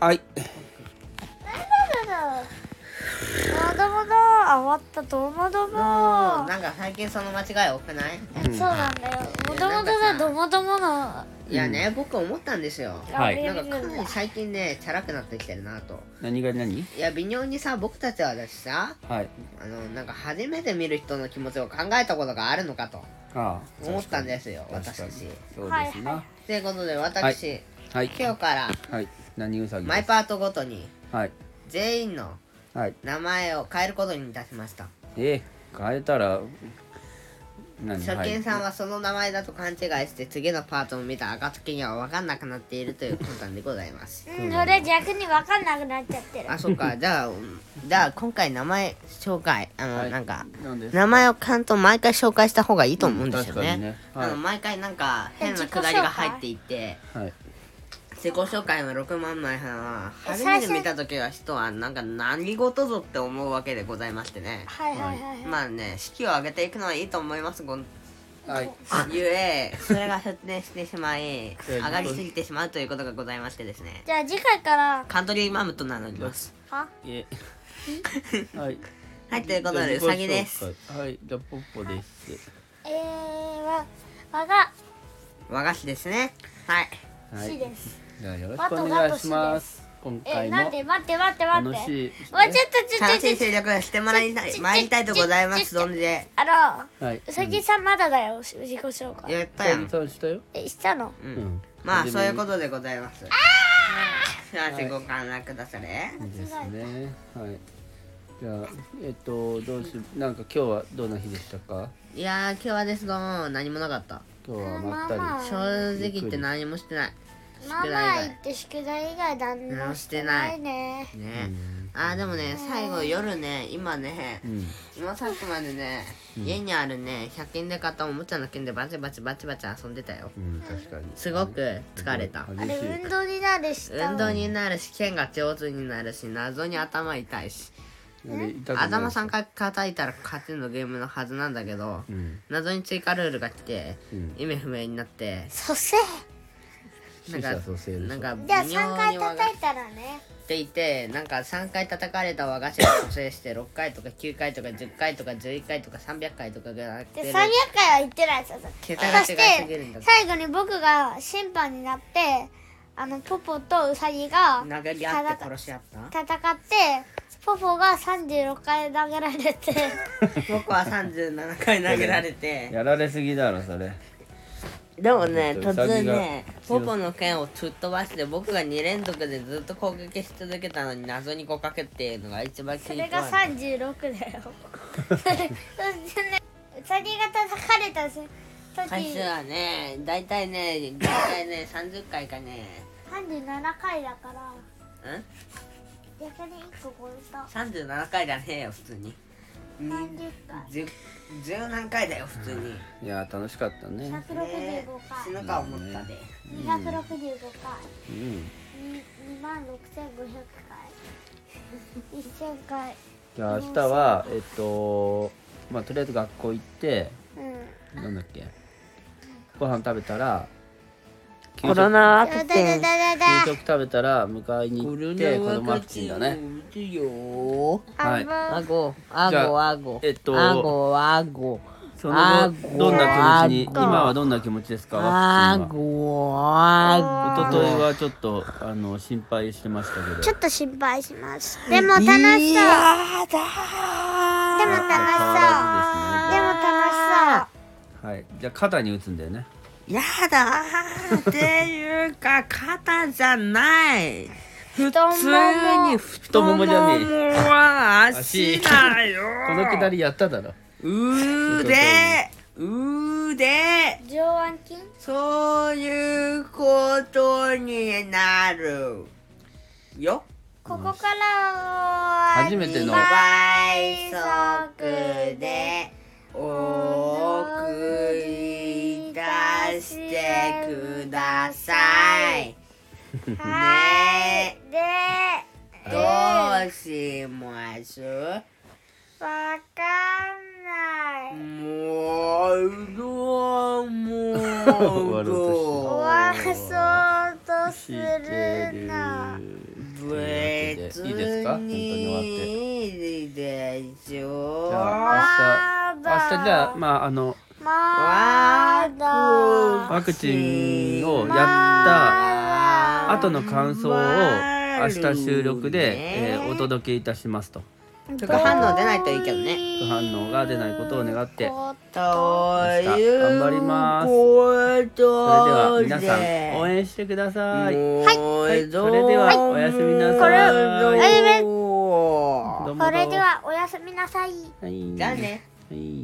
はいどどもど余ったどもどももうなんか最近その間違い多くないそうなんだよもともとさどもどものあいやね、僕思ったんですよはい見えなるんんかだかなり最近ねチャラくなってきてるなと何が何いや微妙にさ僕たちはだしさはいあのなんか初めて見る人の気持ちを考えたことがあるのかとああ思ったんですよ確私かたにちそうですなということで私、はい今日からはい何うさぎマイですパートごとにはい全員のはい名前を変えることにいたしましたえー変えたら何初は見いさんはその名前だと勘違いして次のパートを見た暁には分かんなくなっているということなんでございますうんそれ逆に分かんなくなっちゃってるあそ っかじゃあうんじゃあ今回名前紹介あの、はいなんかなんです名前をちゃんと毎回紹介した方がいいと思うんです確よかね,、にねあのは毎回なんか変なくだりが入っていていはい自己紹介の6万枚は初めて見た時は人はなんか何事ぞって思うわけでございましてねはいはいはいまあね式を挙げていくのはいいと思いますごはいゆえそれが発展してしまいえ上がりすぎてしまうということがございましてですねじゃあ次回からカントリーマムと名乗りますはえ はいはいということでうじゃあさぎです自己紹介はいじゃあポッポですえーわわが和菓子ですねはいはしいですじゃあよろしくお願いします今え回なんもで待って待って待って楽しいもうちょっとちょっ楽としいちょっ勢力をしてもらいたちょいちょ参りたいとございますどんでとあはいのうさぎさんまだだよ自己紹介やったやさんぎ、さんしたよえしたのううんんまあでそういうことでございますさてご観覧くだされですね。はい。じゃあ、えっと、どうし、なんか今日はどんな日でしたか。いやー今日はですど何もなかった今日はまったり。まあまあ正直言って何もしてないママ宿題以外行って宿題以外だん直だしてないねねあーでもね最後夜ね今ねうん。今さっきまでね、家にあるね100均で買ったおもちゃの剣でバチバチバチバチ遊んでたようん、確かに。すごく疲れた激あれしい運動になるした運動になるし剣が上手になるし謎に頭痛いしあれ痛くない頭3回叩いたら勝ちのゲームのはずなんだけどうん。謎に追加ルールが来てうん意味不明になって蘇生な死んか者蘇生でしなょ。んかじゃあ微3妙回に分叩かいたらねっていてなんか3回叩かれた和菓子が蘇生して6回とか9回とか10回とか11回とか300回とかぐらいやってで300る回は行ってないさそ桁が違いしすぎるんてだ最後に僕が審判になってあのポポとウサギが殴り合って殺し合 った戦ってポポが36回投げられて 僕は37回投げられてやられすぎだろ、それ。でもねちょ突っとウサ然ギがねポポの剣を突っ飛ばして僕が2連続でずっと攻撃し続けたのに謎に5かけっていうのが一番気そに入れったが36だよ そしてねウサギが叩かれた時回数はね大体ね大体ね30回かね37回だからうん逆に1個超えた37回だねよ普通に30回十十何回だよ普通にいや、楽しかったね。 165死回ぬか思ったで265回うん。 2万6500回1000回じゃあ、明日は、えっと。まあ、とりあえず学校行って、うんなんだっけ。ご飯食べたら。給コ食ロナワだクだチだンだ給だ食食べたら、迎えに行って、子供ワクチンだね。打つよはいああぶごあじゃごああごえっとあごあごその後どんな気持ちにあー今はどんな気持ちですかワあクチンはごあ一昨日はちょっとあの心配してましたけどちょっと心配しますでも楽しごそうでいもや楽しだ変そうわでらも楽しずですねはいじゃあ肩に打つんだよねやだーっていうか肩じゃない普太もも通に太太ももももじゃねは足だよこのくだりやっただろ腕そ腕う上腕筋そういうことになるよここからは初めての2倍速でお送り出してくださいはいねでどうしますわかんないもうどうも終わろうとしてど終わそうとすしてるなるどというわけでいいですか本当に終わっていいでしょう。じわゃあ明日明日じゃあまああのまだワクチンをやっまただ後の感想を明日収録で、えーお音届けいたしますと副反応出ないといいけどね。副反応が出ないことを願ってという頑張りますそれではことで皆さん応援してくださいはい。それではおやすみなさいこれおやすどうもどうもそれではおやすみなさいはいじゃあね。はい